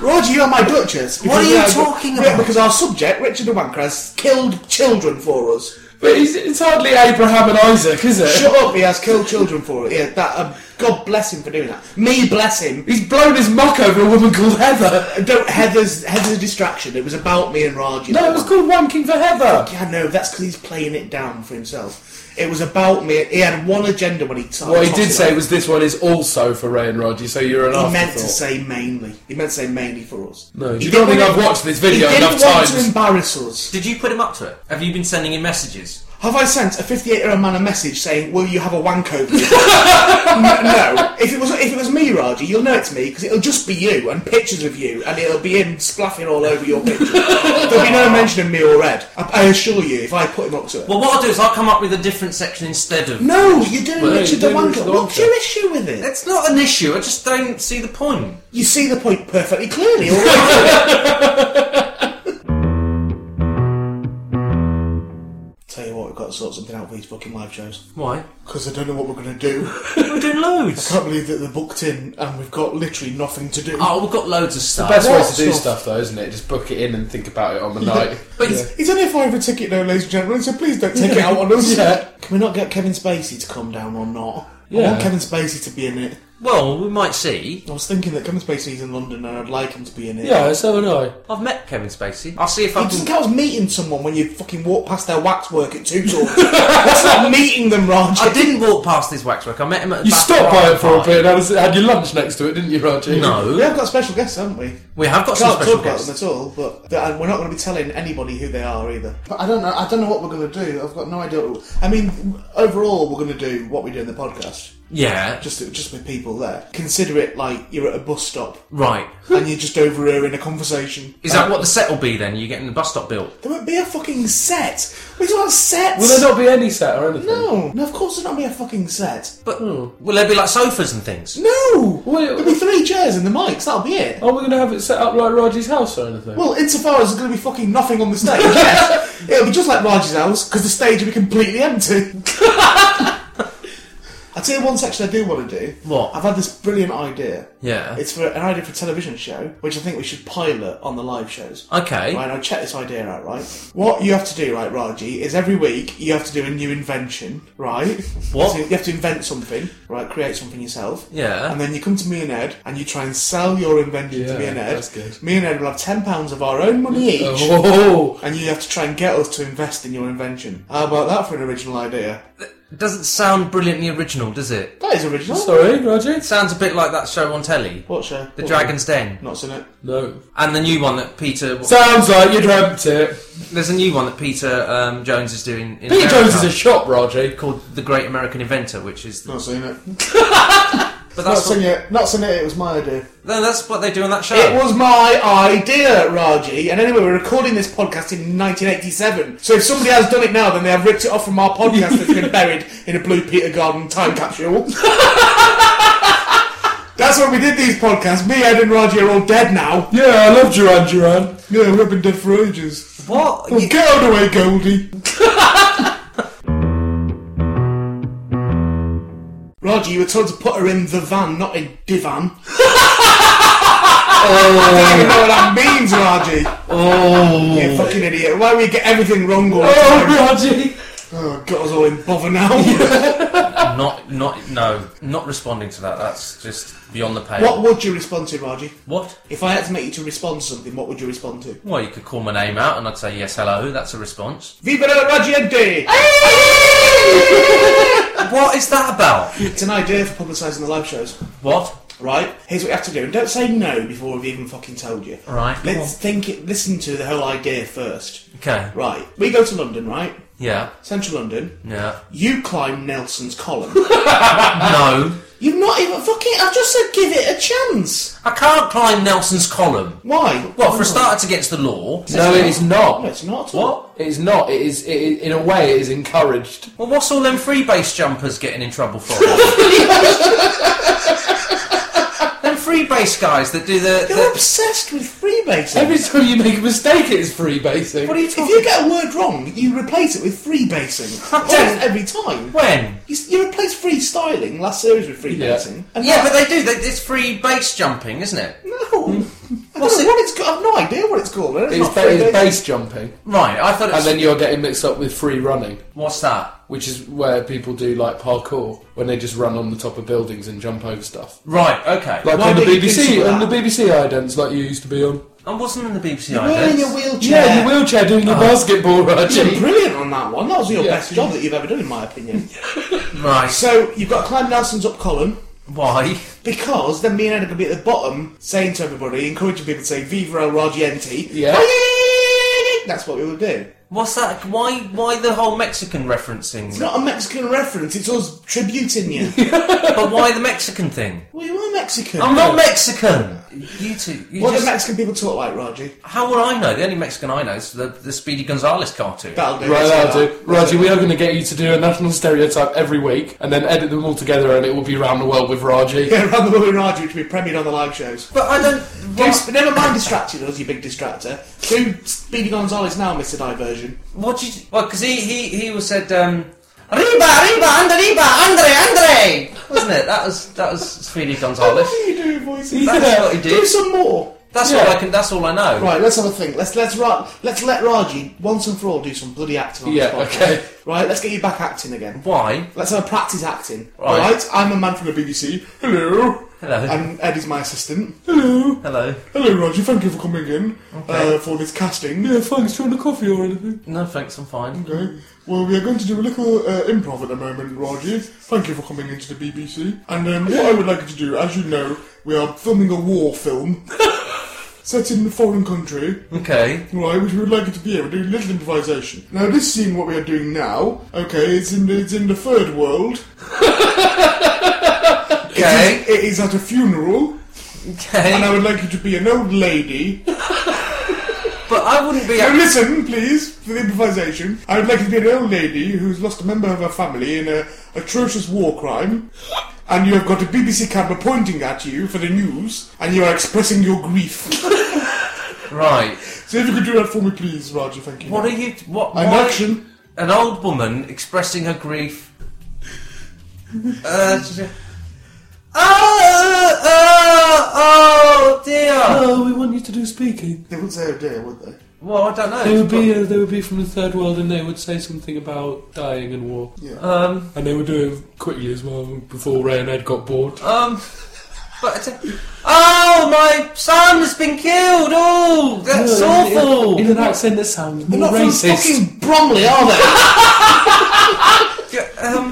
S1: Roger, you are my Duchess.
S3: What are
S1: because
S3: you
S1: we
S3: talking
S1: we-
S3: about?
S1: Because our subject, Richard the Wanker, has killed children for us.
S2: But he's, it's hardly Abraham and Isaac, is it?
S1: Shut up, he has killed children for us. Yeah, that, um, God bless him for doing that. Me bless him.
S2: He's blown his muck over a woman called Heather.
S1: Don't, Heather's, Heather's a distraction. It was about me and Raji.
S2: No, it was called Wanking for Heather.
S1: Yeah, no, that's because he's playing it down for himself. It was about me. He had one agenda when he started.
S2: What he did
S1: tossing
S2: say
S1: it.
S2: was this one is also for Ray and Roger, so you're an
S1: he
S2: afterthought.
S1: meant to say mainly. He meant to say mainly for us.
S2: No, do
S1: He
S2: you not
S1: didn't
S2: think
S1: want
S2: I've watched this video
S1: he didn't
S2: enough
S1: want
S2: times?
S1: to embarrass us.
S3: Did you put him up to it? Have you been sending him messages?
S1: Have I sent a 58-year-old man a message saying, "Will you have a wank over?" me?" no, no. If it was if it was me, Raji, you'll know it's me because it'll just be you and pictures of you, and it'll be him splaffing all over your picture. There'll be no mention of me or Ed. I, I assure you, if I put him up to it.
S3: Well, what I'll do is I'll come up with a different section instead of.
S1: no, you're doing
S2: Well,
S1: Richard the
S2: you're doing
S1: Wanker.
S2: Richard the
S1: What's
S2: Wanker.
S1: your issue with it?
S3: It's not an issue. I just don't see the point.
S1: You see the point perfectly clearly. all right. Tell you what, we've got to sort something out for these fucking live shows.
S3: Why?
S1: Because I don't know what we're going to do.
S3: We're doing loads.
S1: Can't believe that they're booked in and we've got literally nothing to do.
S3: Oh, we've got loads of stuff.
S2: Best way
S1: What
S2: to do
S1: stuff?
S2: stuff though, isn't it? Just book it in and think about it on the night.
S3: But
S1: It's only a five a ticket now, ladies and gentlemen, so please don't take it out on us.
S2: Yeah.
S1: Can we not get Kevin Spacey to come down or not? I
S2: Yeah.
S1: want Kevin Spacey to be in it.
S3: well, we might see.
S1: I was thinking that Kevin Spacey's in London and I'd like him to be in it.
S2: Yeah, so am I.
S3: I've met Kevin Spacey. I'll see if
S1: It
S3: I
S1: doesn't
S3: can.
S1: count as meeting someone when you fucking walk past their waxwork at two doors. That's not meeting them, Raj.
S3: I didn't walk past his waxwork. I met him at.
S2: You
S3: back
S2: stopped by it
S3: of
S2: for a
S3: Hyde
S2: bit and had- had your lunch next to it, didn't you, Roger?
S3: Park.
S1: We
S3: No,
S1: have got special guests, haven't we?
S3: we have got some
S1: Can't
S3: special
S1: talk about
S3: guests.
S1: them at all, but th- and we're not going to be telling anybody who they are either. But I don't know. I don't know what we're going to do. I've got no idea. What we- I mean, overall, we're going to do what we do in the podcast,
S3: Yeah,
S1: just just with people there. Consider it like you're at a bus stop
S3: right.
S1: and you're just overhearing a conversation.
S3: Is that what the set will be then? You getting the bus stop built?
S1: There won't be a fucking set. We don't have sets.
S2: Will there not be any set or anything?
S1: no, no. Of course, there'll not be a fucking set.
S3: But
S2: Hmm.
S3: will there be like sofas and things?
S1: No.
S2: Wait,
S1: There'll be three chairs and the mics. That'll be it.
S2: Are we going to Oh, have it set up like Roger's house or anything?
S1: Well, insofar as there's going to be fucking nothing on the stage, yes. It'll be just like Raj's house, because the stage will be completely empty. I tell you one section I do want to do.
S3: What?
S1: I've had this brilliant idea.
S3: Yeah.
S1: It's for an idea for a television show, which I think we should pilot on the live shows.
S3: Okay.
S1: Right, now check this idea out, right? What you have to do, right, Raji, is every week you have to do a new invention, right?
S3: What?
S1: So you have to invent something, right? Create something yourself.
S3: Yeah.
S1: And then you come to me and Ed, and you try and sell your invention to
S2: Yeah,
S1: me and Ed.
S2: that's good.
S1: Me and Ed will have ten pounds of our own money each,
S2: Oh,
S1: and you have to try and get us to invest in your invention. How about that for an original idea?
S3: It doesn't sound brilliantly original, does it?
S1: That is original.
S2: Sorry, Roger.
S3: It sounds a bit like that show on telly,
S1: What show?
S3: The
S1: What
S3: Dragon's Den,
S1: Not seen it.
S2: No.
S3: and the new one that Peter.
S2: Sounds like you dreamt it.
S3: There's a new one that Peter um, Jones is doing. In
S2: Peter
S3: America
S2: Jones is a shop, Roger.
S3: called The Great American Inventor, which is. The,
S1: Not seen it.
S3: but
S1: Not
S3: that's what,
S1: seen it. Not seen it. It was my idea.
S3: no, that's what they do on that show.
S1: It was my idea, Raji. And anyway, we're recording this podcast in 1987. So if somebody has done it now, then they have ripped it off from our podcast that's been buried in a Blue Peter Garden time capsule. That's when we did these podcasts. Me, Ed, and Raji are all dead now.
S2: Yeah, I love Duran Duran.
S1: Yeah, we've been dead for ages.
S3: what?
S1: Well, get out of the way, Goldie. Roger, you were told to put her in the van, not a divan. I don't even know what that means, Raji.
S2: Oh.
S1: You fucking idiot. Why do we get everything wrong all the
S2: Oh,
S1: time?
S2: Roger.
S1: Oh, got us all in bother now.
S3: Not, not, no, not responding to that. That's just beyond the pale.
S1: What would you respond to, Raji?
S3: What?
S1: If I had to make you to respond to something, what would you respond to?
S3: Well, you could call my name out, and I'd say yes, hello. That's a response.
S1: Viva la Rajiente!
S3: what is that about?
S1: It's an idea for publicising the live shows.
S3: What?
S1: Right? Here's what you have to do. And don't say no before we've even fucking told you.
S3: Right.
S1: Let's think it, listen to the whole idea first.
S3: Okay.
S1: Right. We go to London, right?
S3: Yeah.
S1: Central London.
S3: Yeah.
S1: You climb Nelson's column.
S3: No.
S1: You've not even fucking. I've just said give it a chance.
S3: I can't climb Nelson's column.
S1: Why?
S3: Well, for a start, it's against the law.
S2: No, it is
S1: No,
S2: not.
S1: it's not. at all.
S3: What?
S2: It is not. It is, it, it- in a way, it is encouraged.
S3: Well, what's all them free base jumpers getting in trouble for? them free base guys that do the.
S1: You're
S3: the
S1: obsessed with freebasing.
S2: Every time you make a mistake, it's freebasing.
S3: what are you
S1: if
S3: talking?
S1: you get a word wrong, you replace it with freebasing. Almost every time.
S3: when?
S1: You, s- you replace freestyling last series with freebasing. And
S3: Yeah, but they do. They, it's free base jumping, isn't it?
S1: no. I don't know what it's called. I've no idea what it's called. It's,
S2: It's,
S1: not
S2: ba- it's
S1: freebasing.
S2: base jumping,
S3: Right. I thought it
S2: and
S3: was.
S2: then you're getting mixed up with free running,
S3: what's that?
S2: which is where people do like parkour, when they just run on the top of buildings and jump over stuff.
S3: Right. Okay.
S2: Like
S1: Why
S2: on the
S1: don't you do
S2: BBC,
S1: that?
S2: on the BBC idents, like you used to be on.
S3: I wasn't in the BBC.
S1: You were
S3: either.
S1: in your wheelchair.
S2: Yeah, Oh. your wheelchair doing the basketball,
S1: You were
S2: Raji.
S1: brilliant on that one. That was your
S2: Yeah.
S1: best job that you've ever done, in my opinion.
S3: Right.
S1: so you've got to climb Nelson's up column.
S3: Why?
S1: Because then me and Ed are going to be at the bottom saying to everybody, encouraging people to say Viva El Rajiente.
S2: Yeah.
S1: That's what we would do.
S3: What's that? Why? Why the whole Mexican reference thing?
S1: It's not a Mexican reference, it's us tributing you.
S3: But why the Mexican thing?
S1: well, you are Mexican.
S3: I'm not Mexican. You two. You
S1: What
S3: just,
S1: do Mexican people talk like, Raji?
S3: how would I know? The only Mexican I know is the, the Speedy Gonzales cartoon.
S1: That'll do.
S2: Right,
S1: let's
S2: that'll
S1: do
S2: do. Raji, we are going to get you to do a national stereotype every week, and then edit them all together, and it will be round the world with Raji.
S1: Yeah, around the world in Raji, which will be premiered on the live shows.
S3: But I don't.
S1: Do,
S3: What,
S1: sp- never mind distracting us, you big distractor. Do Speedy Gonzales now, Mr. Diversion.
S3: what did you? Well, because he he he was said. Um, Arriba, arriba, and arriba, Andre, Andre! Wasn't it? That was that was Speedy Gonzales.
S1: What are you doing, voices?
S3: That's what he
S1: Do
S3: did.
S1: some more.
S3: That's
S2: Yeah.
S3: all I can. That's all I know.
S1: Right, let's have a think. Let's let's Ra- let's let Raji once and for all do some bloody acting on
S2: Yeah,
S1: this podcast.
S2: okay.
S1: Right, let's get you back acting again.
S3: Why?
S1: Let's have a practice acting.
S3: Right.
S1: I'm a man from the BBC. Hello.
S3: Hello.
S1: And Ed is my assistant.
S3: Hello.
S1: Hello, Roger. Thank you for coming in uh, for this casting.
S2: Yeah, thanks. Do you want a coffee or anything?
S3: No thanks. I'm fine.
S1: Okay. Well, we are going to do a little uh, improv at the moment, Roger. Thank you for coming into the BBC. And um, what I would like you to do, as you know, we are filming a war film set in a foreign country,
S3: Okay.
S1: right? Which we would like you to be able to do a little improvisation. Now, this scene, what we are doing now, okay, it's in the, it's in the third world.
S3: Okay.
S1: It is at a funeral, and I
S3: Okay.
S1: would like you to be an old lady
S3: But I wouldn't be.
S1: Now listen, please, for the improvisation. I would like to be an old lady who's lost a member of her family in a atrocious war crime, and you have got a BBC camera pointing at you for the news, and you are expressing your grief.
S3: Right.
S1: so if you could do that for me, please, Roger, thank you.
S3: What are you? What?
S1: I'm
S3: why-
S1: action.
S3: An old woman expressing her grief. Uh, she- oh, oh, oh, dear.
S2: Oh, we want you to do speaking.
S1: They wouldn't say oh dear, would they?
S3: Well, I don't know.
S2: They would be
S3: It's
S2: uh, they would be from the third world, and they would say something about dying and war,
S1: Yeah.
S3: got- um,
S2: and they would do it quickly as well before Ray and Ed got bored.
S3: um, but it's a- oh, my son's been killed. Oh, that's
S2: No, in-
S3: awful.
S2: In, in an accent that sounds more
S1: They're not
S2: racist.
S1: from fucking Bromley, are they?
S3: Yeah, um,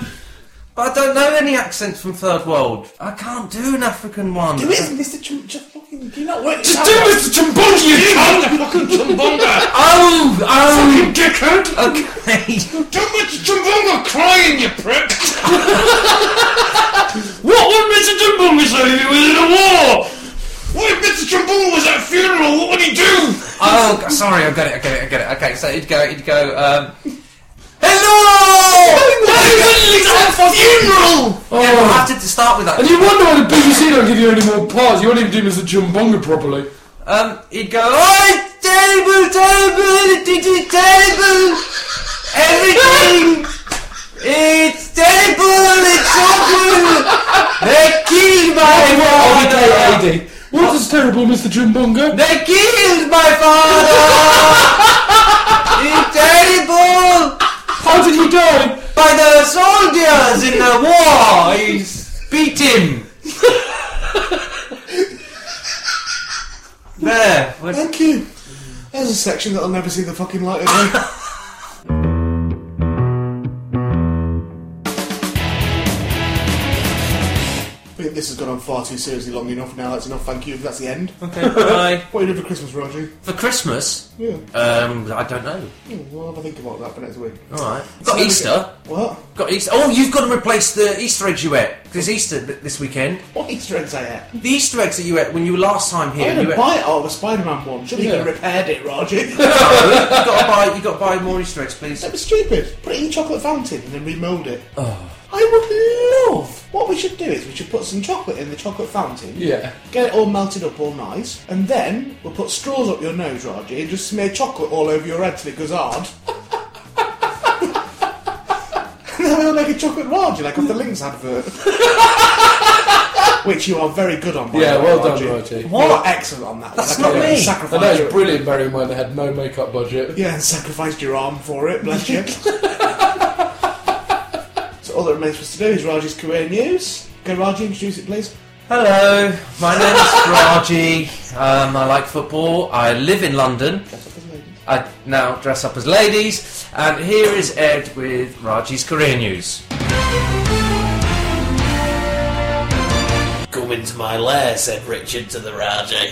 S3: but I don't know any accents from third world. I can't do an African one.
S1: Who is Mr. Chum? Just fucking, do you not work?
S5: Just do Mr. Chumbunga, you cunt! Fucking Chumbunga!
S3: Oh, oh,
S5: You dickhead!
S3: okay.
S5: Do Mr. Chumbunga crying, you prick! what would Mr. Chumbunga say if he was in a war? What if Mr. Chumbunga was at a funeral? What would he do?
S3: Oh, g- sorry, I got it, I got it, I got it. Okay, so it'd go, it'd go, um, hello!
S5: funeral!
S3: Yeah, we'll have to, to start with
S2: Oh. And
S3: that.
S2: you wonder why the BBC don't give you any more parts. You won't even do Mr. Chumbonga properly.
S3: Um, he'd go, oh, table, table, did you table? Everything! It's table, it's open! They killed my father!
S2: AD. What is terrible, Mr. Chumbonga?
S3: They killed my father! it's terrible!
S2: How did he die?
S3: by the soldiers in the war. He beat him. there. Well,
S1: Thank you. There's a section that'll never see the fucking light of day. I think This has gone on far too seriously long enough now. That's enough. Thank you. That's the end.
S3: Okay, bye.
S1: What are you doing for Christmas, Roger?
S3: For Christmas,
S1: Yeah.
S3: um, I don't know.
S1: Oh, well, I'll have a think about that for next week.
S3: All right. Got Easter.
S1: What?
S3: Got Easter. Oh, you've got to replace the Easter eggs you ate. Because Easter th- this weekend.
S1: What Easter eggs I ate?
S3: The Easter eggs that you ate when you were last time
S1: I
S3: here.
S1: had
S3: you
S1: a
S3: ate-
S1: bite out of a Spider-Man one. Should have
S2: Yeah.
S1: repaired it, Roger.
S3: you got to buy. You got to buy more Easter eggs, please.
S1: That was stupid. Put it in the chocolate fountain and then remould it. I would love. What we should do is we should put some chocolate in the chocolate fountain.
S2: Yeah.
S1: Get it all melted up all nice, and then we'll put straws up your nose, Raji, and just smear chocolate all over your head till it goes hard. and then we'll make a chocolate Raji, like off the Lynx advert. Which you are very good on, by
S2: Yeah,
S1: the way,
S2: well done,
S1: Raji.
S2: Raji.
S1: You are excellent on that.
S3: That's
S1: one. I
S3: not
S1: can't believe
S3: me.
S1: you
S2: And
S1: sacrificed
S2: that
S1: your-
S2: is brilliant, bearing in mind they had no makeup budget.
S1: yeah, and sacrificed your arm for it, bless you. so all that remains for us to do is Raji's career news. Go Raji, introduce it please.
S3: Hello, my name is Raji. Um, I like football. I live in London. I now dress up as ladies, and here is Ed with Raji's career news.
S5: Come into my lair, said Richard to the Rajah.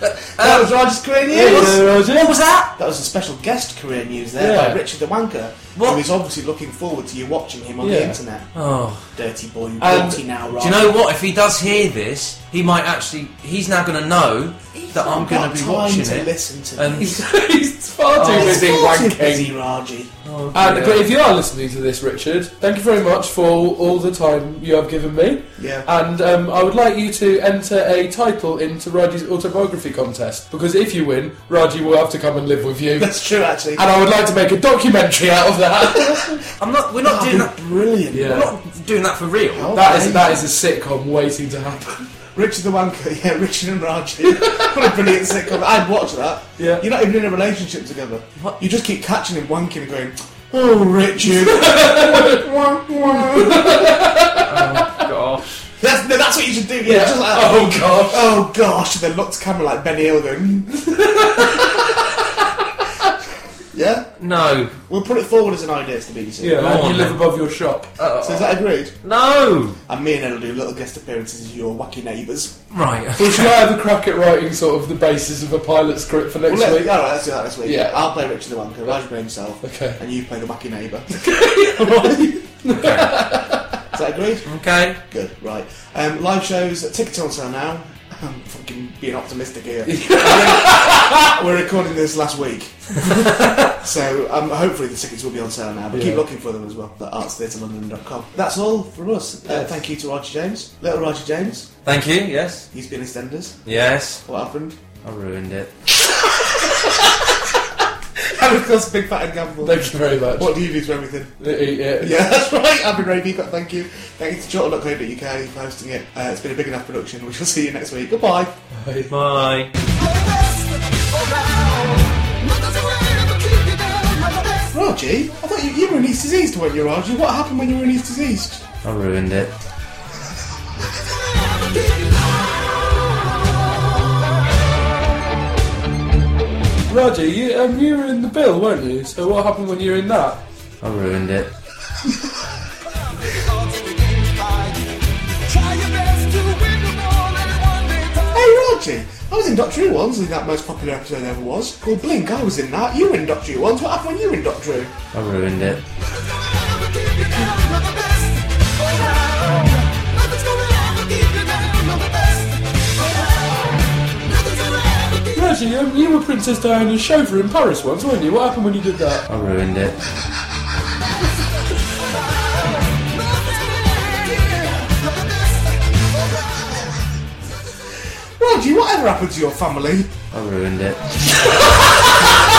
S1: that was Raji's career
S2: Um, Hey,
S1: news!
S2: there, Roger.
S3: What was that?
S1: That was a special guest career news there
S2: Yeah.
S1: by Richard the Wanker,
S3: What?
S1: who is obviously looking forward to you watching him on the
S2: Yeah.
S1: internet.
S3: Oh,
S1: Dirty boy, you
S3: And
S1: naughty now,
S3: do
S1: Raji.
S3: you know what? If he does hear this, he might actually—he's now going to know that I'm going
S1: Got
S3: to be
S1: time
S3: watching
S1: to
S3: it.
S1: listen to
S3: and
S1: this.
S2: He's far too
S3: Oh,
S1: It's
S2: busy
S1: far too
S2: wanking.
S1: busy, Raji.
S3: Oh,
S2: And,
S3: dear.
S2: But if you are listening to this, Richard, thank you very much for all the time you have given me.
S1: Yeah.
S2: And um, I would like you to enter a title into Raji's autobiography contest because if you win, Raji will have to come and live with you. And
S1: That's true, actually.
S2: I would like to make a documentary out of that.
S3: I'm not—we're not
S1: That'd
S3: doing
S1: be
S3: that.
S1: brilliant.
S2: Yeah.
S3: We're not doing that for real.
S2: that is that is a sitcom waiting to happen.
S1: Richard the Wanker, yeah, Richard and Raji. what a brilliant sitcom. I'd watch that.
S2: Yeah.
S1: You're not even in a relationship together.
S3: What?
S1: You just keep catching him wanking and going, Oh, Richard. Wah, wah, wah.
S3: Gosh.
S1: that's, no, that's what you should do, yeah. Just like that.
S2: Oh gosh.
S1: Oh gosh, and then looked to camera like Benny Hill going, "Mm." Yeah?
S3: No.
S1: We'll put it forward as an idea to the BBC.
S2: Yeah. and
S3: Go on
S2: you live
S3: then.
S2: above your shop.
S1: So is that agreed?
S3: No.
S1: And me and Ed will do little guest appearances as your wacky neighbours.
S3: Right.
S2: Well, should I have a crack at writing sort of the basis of a pilot script for next
S1: Well, let,
S2: week?
S1: alright, let's do that this week.
S2: Yeah.
S1: I'll play Richard the Wanker, Raj will play himself,
S2: Okay.
S1: and you play the wacky neighbour. Alright? Is that agreed?
S3: Okay.
S1: Good, right. Um, live shows, tickets are on sale now. I'm fucking being optimistic here. We're recording this last week. so um, hopefully the tickets will be on sale now, but keep
S2: Yeah.
S1: looking for them as well at artstheatrelondon.com. That's all from us. Uh, thank you to Roger James. Little Roger James.
S3: Thank you. Yes.
S1: He's been EastEnders.
S3: Yes.
S1: What happened?
S3: I ruined it.
S1: And of course, Big Fat and Gamble.
S2: Thank you very much.
S1: What do you do to everything?
S2: Yeah.
S1: Yeah, that's right. I've been Ray Peacock. Thank you. Thank you to Jordan.co.uk for hosting it. Uh, it's been a big enough production. We shall see you next week. Goodbye.
S3: Bye.
S1: Raji, I thought you, you were in East East weren't you, Raji? What happened when you were in East East?
S3: I ruined it.
S1: Raji,
S2: Roger, you, um, you were in the bill, weren't you? So what happened when you were in that?
S3: I ruined it.
S1: Hey, Roger! I was in Doctor Who once in that most popular episode ever was. Well, Blink, I was in that. You were in Doctor Who once. What happened when you were in Doctor Who?
S3: I ruined it.
S2: Roger, um, you were Princess Diana's chauffeur in Paris once, weren't you? What happened when you did that?
S3: I ruined it.
S1: Roger, whatever happened to your family?
S3: I ruined it.